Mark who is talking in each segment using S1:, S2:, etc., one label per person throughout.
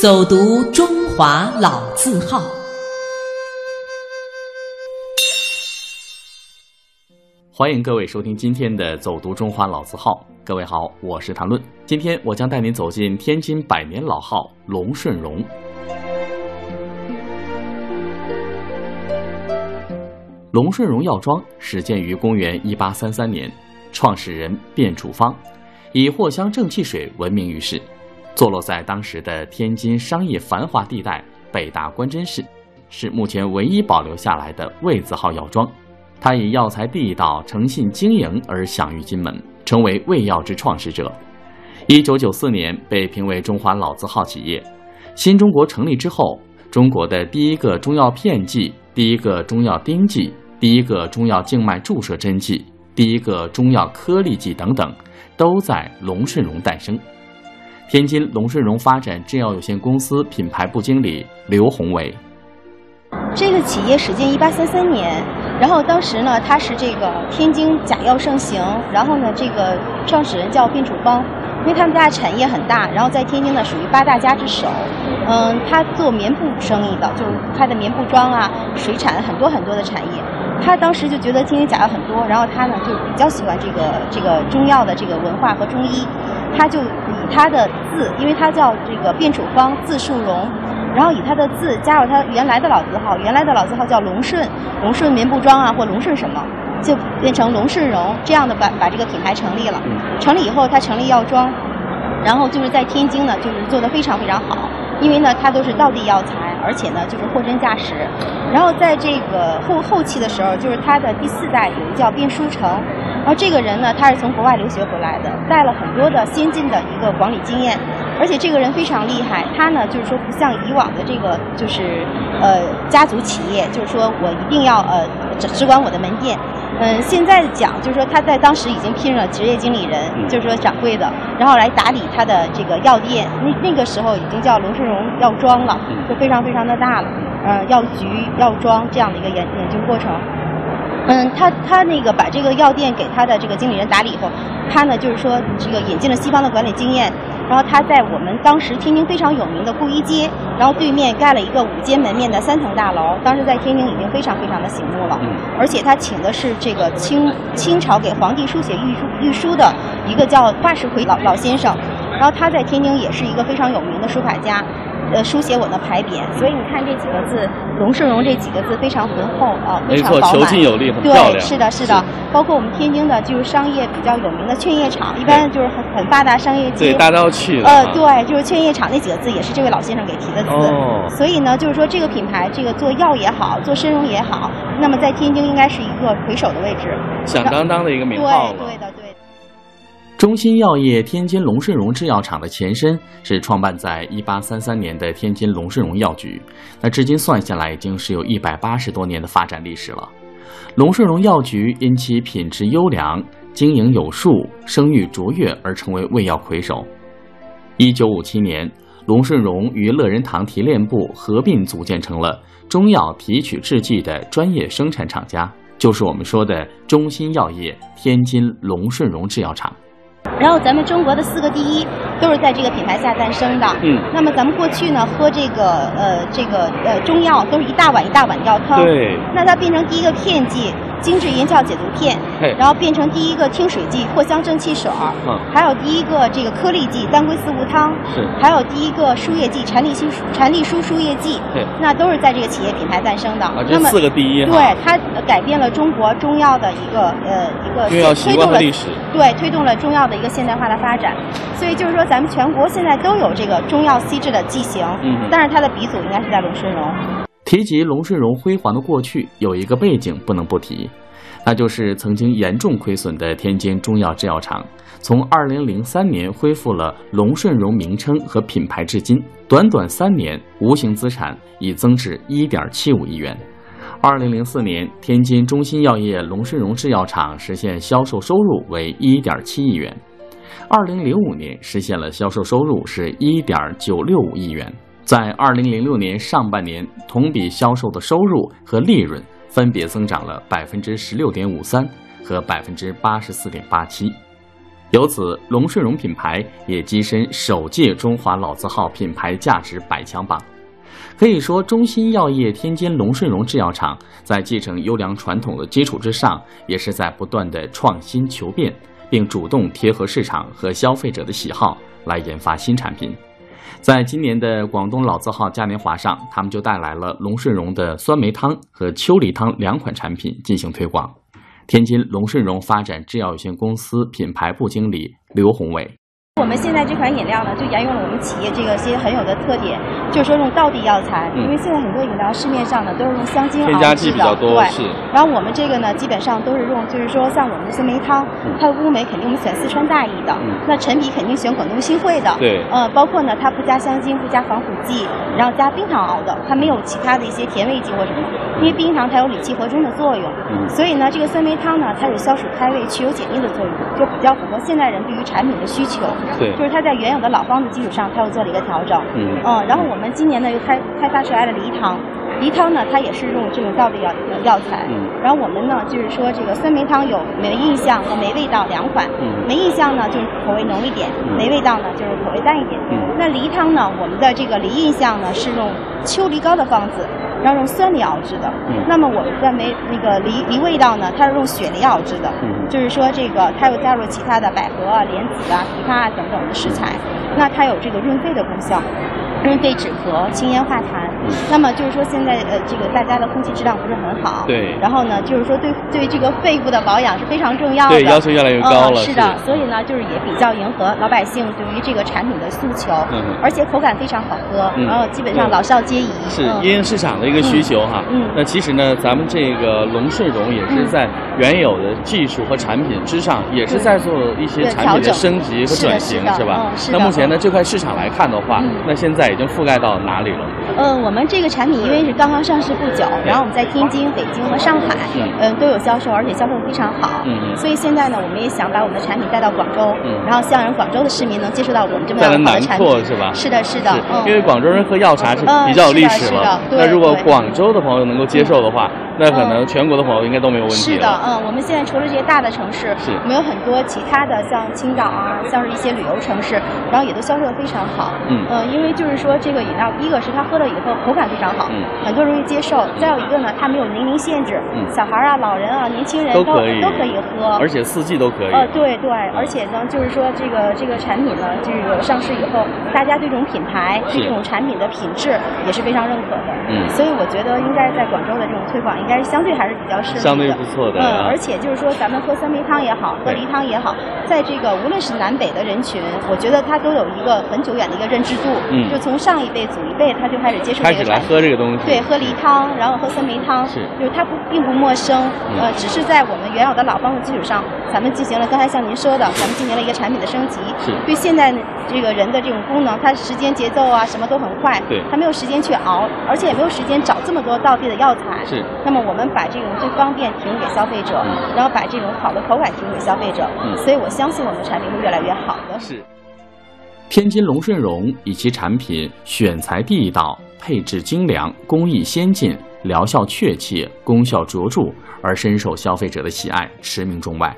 S1: 走读中华老字号。
S2: 欢迎各位收听今天的《走读中华老字号》。各位好，我是谭论。今天我将带您走进天津百年老号龙顺荣。龙顺荣药庄始建于公元一八三三年，创始人卞处方，以藿香正气水闻名于世。坐落在当时的天津商业繁华地带北大关真市，是目前唯一保留下来的魏字号药庄。它以药材地道、诚信经营而享誉金门，成为魏药之创始者。一九九四年被评为中华老字号企业。新中国成立之后，中国的第一个中药片剂、第一个中药丁剂、第一个中药静脉注射针剂、第一个中药颗粒剂等等，都在龙顺荣诞生。天津龙顺荣发展制药有限公司品牌部经理刘宏伟，
S3: 这个企业始建一八三三年，然后当时呢，它是这个天津假药盛行，然后呢，这个创始人叫卞楚芳，因为他们家产业很大，然后在天津呢属于八大家之首。嗯，他做棉布生意的，就是他的棉布庄啊、水产很多很多的产业。他当时就觉得天津假药很多，然后他呢就比较喜欢这个这个中药的这个文化和中医，他就以他的字，因为他叫这个卞楚芳，字树荣。然后以他的字加入他原来的老字号，原来的老字号叫龙顺，龙顺棉布庄啊，或龙顺什么，就变成龙顺荣这样的把把这个品牌成立了。成立以后，他成立药庄，然后就是在天津呢，就是做得非常非常好，因为呢它都是道地药材，而且呢就是货真价实。然后在这个后后期的时候，就是他的第四代有一个叫卞书成，然后这个人呢他是从国外留学回来的，带了很多的先进的一个管理经验。而且这个人非常厉害，他呢就是说不像以往的这个就是呃家族企业，就是说我一定要呃只只管我的门店。嗯，现在讲就是说他在当时已经聘任了职业经理人，就是说掌柜的，然后来打理他的这个药店。那那个时候已经叫龙顺荣药庄了，就非常非常的大了。嗯、呃，药局、药庄这样的一个研研究过程。嗯，他他那个把这个药店给他的这个经理人打理以后，他呢就是说这个引进了西方的管理经验，然后他在我们当时天津非常有名的布衣街，然后对面盖了一个五间门面的三层大楼，当时在天津已经非常非常的醒目了。而且他请的是这个清清朝给皇帝书写御书御书的一个叫华世奎老老先生，然后他在天津也是一个非常有名的书法家。呃，书写我的牌匾，所以你看这几个字“龙顺荣”这几个字非常浑厚啊，非常饱满。
S4: 遒劲有力，很
S3: 对
S4: 漂，亮。
S3: 是的，是的。包括我们天津的，就是商业比较有名的劝业场，一般就是很很发达商业街。
S4: 对，大家都去的。
S3: 呃，，对，就是劝业场那几个字也是这位老先生给提的字。
S4: 哦
S3: 所以呢，就是说这个品牌，这个做药也好，做参茸也好，那么在天津应该是一个魁首的位置。
S4: 响当当的一个
S3: 对，
S4: 名号了。
S3: 对的，对的。
S2: 中新药业天津龙顺荣制药厂的前身是创办在1833年的天津龙顺荣药局，那至今算下来已经是有一百八十多年的发展历史了。龙顺荣药局因其品质优良、经营有术、声誉卓越而成为卫药魁首。1957年，龙顺荣与乐仁堂提炼部合并组建成了中药提取制剂的专业生产厂家，就是我们说的中新药业天津龙顺荣制药厂。
S3: 然后咱们中国的四个第一都是在这个品牌下诞生的。
S4: 嗯，
S3: 那么咱们过去呢，喝这个呃这个呃中药都是一大碗一大碗药汤。。
S4: 对，
S3: 那它变成第一个片剂精致银酵解毒片
S4: 嘿，
S3: 然后变成第一个清水剂藿香正气水儿，
S4: 嗯
S3: 还有第一个这个颗粒剂当归四物汤，
S4: 是
S3: 还有第一个输液剂禅栗舒禅栗舒输液剂
S4: 对，
S3: 那都是在这个企业品牌诞生的。
S4: 啊，这
S3: 那么
S4: 四个第一哈。
S3: 对它改变了中国中药的一个呃一个
S4: 用药
S3: 推
S4: 习
S3: 动
S4: 惯
S3: 了
S4: 和历史。
S3: 对，推动了中药的一个现代化的发展。所以就是说，咱们全国现在都有这个中药西制的剂型，
S4: 嗯
S3: 但是它的鼻祖应该是在龙顺荣。
S2: 提及龙顺荣辉煌的过去，有一个背景不能不提，那就是曾经严重亏损的天津中药制药厂，从2003年恢复了龙顺荣名称和品牌至今，短短三年，无形资产已增至1.75亿元。2004年，天津中新药业龙顺荣制药厂实现销售收入为1.7亿元。二零零五年实现了销售收入是一点九六五亿元，在二零零六年上半年同比销售的收入和利润分别增长了百分之十六点五三和百分之八十四点八七。由此，龙顺荣品牌也跻身首届中华老字号品牌价值百强榜。可以说，中新药业天津龙顺荣制药厂在继承优良传统的基础之上，也是在不断的创新求变，并主动贴合市场和消费者的喜好来研发新产品。在今年的广东老字号嘉年华上，他们就带来了龙顺荣的酸梅汤和秋梨汤两款产品进行推广。天津龙顺荣发展制药有限公司品牌部经理刘宏伟。
S3: 我们现在这款饮料呢，就沿用了我们企业这个些很有的特点，就是说用道地药材，
S2: 嗯
S3: 因为现在很多饮料市面上呢都是用香精
S2: 添
S3: 熬
S2: 加
S3: 制
S2: 剂
S3: 的，
S2: 比较多，
S3: 对。
S2: 是
S3: 然后我们这个呢，基本上都是用，就是说像我们的酸梅汤
S2: 嗯，
S3: 它的乌梅肯定我们选四川大邑的，
S2: 嗯
S3: 那陈皮肯定选广东新会的，
S2: 对嗯
S3: 呃，包括呢它不加香精，不加防腐剂，然后加冰糖熬的，它没有其他的一些甜味剂或什么，因为冰糖它有理气和中的作用，
S2: 嗯
S3: 所以呢这个酸梅汤呢它有消暑开胃、去油解腻的作用，就比较符合现代人对于产品的需求。
S2: 对
S3: 就是它在原有的老方子基础上，它又做了一个调整。
S2: 嗯
S3: 嗯，然后我们今年呢又开开发出来了梨汤，梨汤呢它也是用这种道地药药材。
S2: 嗯
S3: 然后我们呢就是说这个酸梅汤有没印象和没味道两款，
S2: 嗯
S3: 没印象呢就是口味浓一点，
S2: 嗯
S3: 没味道呢就是口味淡一点。
S2: 嗯
S3: 那梨汤呢，我们的这个梨印象呢是用秋梨膏的方子，然后用酸梨熬制的。
S2: 嗯
S3: 那么我们的梅那个梨梨味道呢，它是用雪梨熬制的。
S2: 嗯
S3: 就是说这个它又加入了其他的百合啊、莲子啊、枇杷啊等等的食材，
S2: 嗯
S3: 那它有这个润肺的功效，润肺止咳、清咽化痰。
S2: 嗯
S3: 那么就是说现在呃这个大家的空气质量不是很好，
S2: 对
S3: 然后呢就是说对对这个肺部的保养是非常重要的，
S2: 对要求越来越高了
S3: 嗯、是的，所以呢就是也比较迎合老百姓对于这个产品的诉求，
S2: 嗯哼
S3: 而且口感非常好喝，
S2: 嗯
S3: 然后基本上
S2: 对
S3: 老少皆宜，
S2: 是
S3: 嗯
S2: 因应市场的一个需求哈。
S3: 嗯嗯
S2: 那其实呢，咱们这个龙顺荣也是
S3: 嗯
S2: 在原有的技术和产品之上，也是
S3: 对
S2: 在做一些
S3: 对
S2: 产品
S3: 调
S2: 的
S3: 整
S2: 升级和
S3: 是的
S2: 转
S3: 是
S2: 型，
S3: 的
S2: 是吧
S3: 嗯？是
S2: 那
S3: 的
S2: 目前呢，
S3: 嗯
S2: 这块市场来看的话
S3: 嗯，
S2: 那现在已经覆盖到哪里了？
S3: 呃，我们这个产品因为是刚刚上市不久，然后我们在天津、北京和上海，
S2: 嗯
S3: 嗯、都有销售，而且销售非常好。
S2: 嗯嗯
S3: 所以现在呢，我们也想把我们的产品带到广州，
S2: 嗯
S3: 然后希望人广州的市民能接触到我们这么
S2: 带
S3: 样
S2: 来
S3: 好
S2: 南
S3: 的产
S2: 拓
S3: 品。
S2: 是吧？
S3: 是的，是的，嗯
S2: 是，因为广州人喝药茶是
S3: 嗯
S2: 比较有历史
S3: 是的
S2: 了。
S3: 是的
S2: 那
S3: 对
S2: 如果
S3: 对嗯
S2: 广州的朋友能够接受的话，那可能全国的朋友应该都没有问题
S3: 是的，
S2: 了。
S3: 嗯，我们现在除了这些大的城市，
S2: 是
S3: 我们有很多其他的，像青岛啊，像是一些旅游城市，然后也都销售的非常好。
S2: 嗯
S3: 呃，因为就是说这个饮料，一个是它喝了以后口感非常好，
S2: 嗯
S3: 很多人容易接受；再有一个呢，它没有年龄限制，
S2: 嗯
S3: 小孩儿啊、老人啊、年轻人
S2: 都
S3: 都
S2: 可以
S3: 可以喝，
S2: 而且四季嗯都可以。
S3: 呃，对对，而且呢，就是说这个这个产品呢，这个上市以后，大家对这种品牌、
S2: 是
S3: 对这种产品的品质也是非常认可的。
S2: 嗯
S3: 所以我觉得应该在广州的这种推广，应该是相对还是比较适合的。
S2: 相对不错的啊
S3: 嗯，而且就是说，咱们喝酸梅汤也好，喝
S2: 对
S3: 梨汤也好，在这个无论是南北的人群，我觉得它都有一个很久远的一个认知度。
S2: 嗯
S3: 就从上一辈、祖一辈，他就开始接触
S2: 开
S3: 这个
S2: 始
S3: 产
S2: 来
S3: 品。
S2: 喝这个东西。
S3: 对，喝梨汤，然后喝酸梅汤，
S2: 是
S3: 就是它不并不陌生，
S2: 嗯
S3: 呃，只是在我们原有的老方子基础上，咱们进行了刚才像您说的，咱们进行了一个产品的升级，
S2: 是
S3: 对现在这个人的这种功能，它时间节奏啊什么都很快，
S2: 对
S3: 他没有时间去熬，而且也没有时间找这么多道地的药材，
S2: 是。
S3: 那么我们把这种最方便提供给消费者，
S2: 嗯
S3: 然后把这种好的口感提供给消费者，
S2: 嗯
S3: 所以我相信我们的产品会越来越好的。
S2: 是。天津龙顺荣以其产品选材地道、配置精良、工艺先进、疗效确切、功效卓著，而深受消费者的喜爱，驰名中外。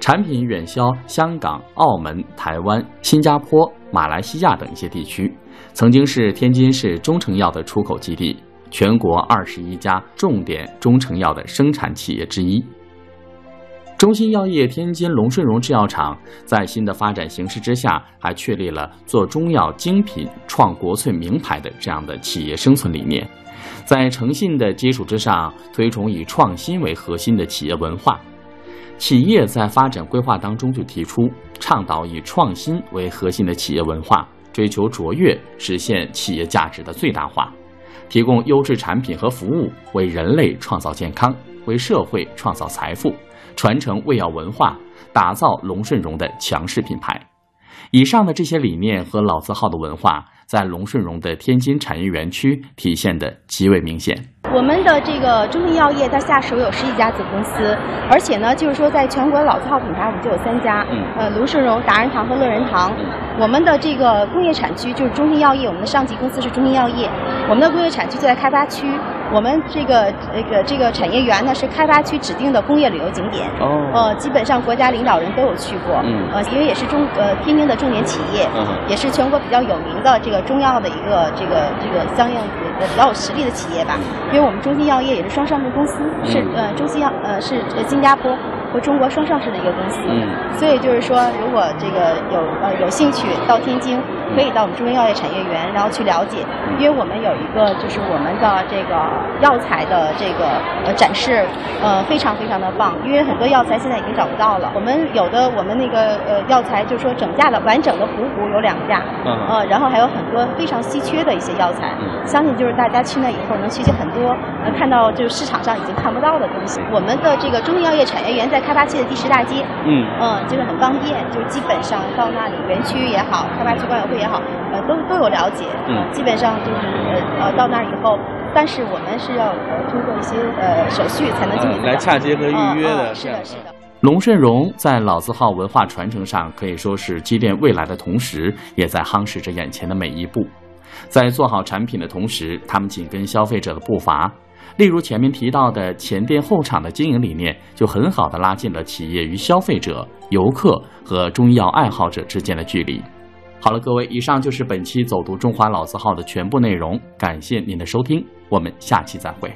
S2: 产品远销香港、澳门、台湾、新加坡、马来西亚等一些地区，曾经是天津市中成药的出口基地，全国二十一家重点中成药的生产企业之一。中新药业天津龙顺荣制药厂在新的发展形势之下，还确立了做中药精品、创国粹名牌的这样的企业生存理念，在诚信的基础之上，推崇以创新为核心的企业文化。企业在发展规划当中就提出，倡导以创新为核心的企业文化，追求卓越，实现企业价值的最大化。提供优质产品和服务，为人类创造健康，为社会创造财富，传承胃药文化，打造龙顺荣的强势品牌。以上的这些理念和老字号的文化，在龙顺荣的天津产业园区体现的极为明显。
S3: 我们的这个中信药业，它下属有十几家子公司，而且呢，就是说在全国老字号品牌，我们就有三家，
S2: 嗯
S3: 呃，卢顺荣、达仁堂和乐仁堂。我们的这个工业产区就是中信药业，我们的上级公司是中信药业，我们的工业产区就在开发区。我我们这个呃这个这个产业园呢是开发区指定的工业旅游景点，
S2: 哦，
S3: 呃，基本上国家领导人都有去过，
S2: 嗯
S3: 呃，因为也是中呃天津的重点企业，
S2: 嗯，
S3: 也是全国比较有名的这个中药的一个这个这个相应的比较有实力的企业吧。因为我们中信药业也是双上市公司，是
S2: 嗯
S3: 呃中信药呃是呃新加坡和中国双上市的一个公司，
S2: 嗯，
S3: 所以就是说，如果这个有呃有兴趣到天津，可以到我们中央药业产业园，然后去了解，因为我们有一个就是我们的这个药材的这个呃展示，呃非常非常的棒，因为很多药材现在已经找不到了。我们有的我们那个呃药材就是说整架的完整的壶骨有两架，
S2: 嗯，
S3: 呃，然后还有很多非常稀缺的一些药材，
S2: 嗯
S3: 相信就是大家去那以后能学习很多，呃，看到就是市场上已经看不到的东西。我们的这个中医药业产业园在开发区的第十大街，
S2: 嗯，
S3: 嗯，就是很方便，就基本上到那里园区也好，开发区管委会也好，呃，都都有了解。
S2: 嗯
S3: 呃基本上就是呃呃到那儿以后，但是我们是要呃通过一些呃手续才能进行、
S4: 嗯来洽接和预约
S3: 嗯
S4: 的，
S3: 嗯是
S4: 这样
S3: 的，是的。
S2: 龙顺荣在老字号文化传承上可以说是积淀未来的同时，也在夯实着眼前的每一步。在做好产品的同时，他们紧跟消费者的步伐。例如前面提到的前店后厂的经营理念，就很好的拉近了企业与消费者、游客和中医药爱好者之间的距离。好了，各位，以上就是本期《走读中华老字号》的全部内容，感谢您的收听，我们下期再会。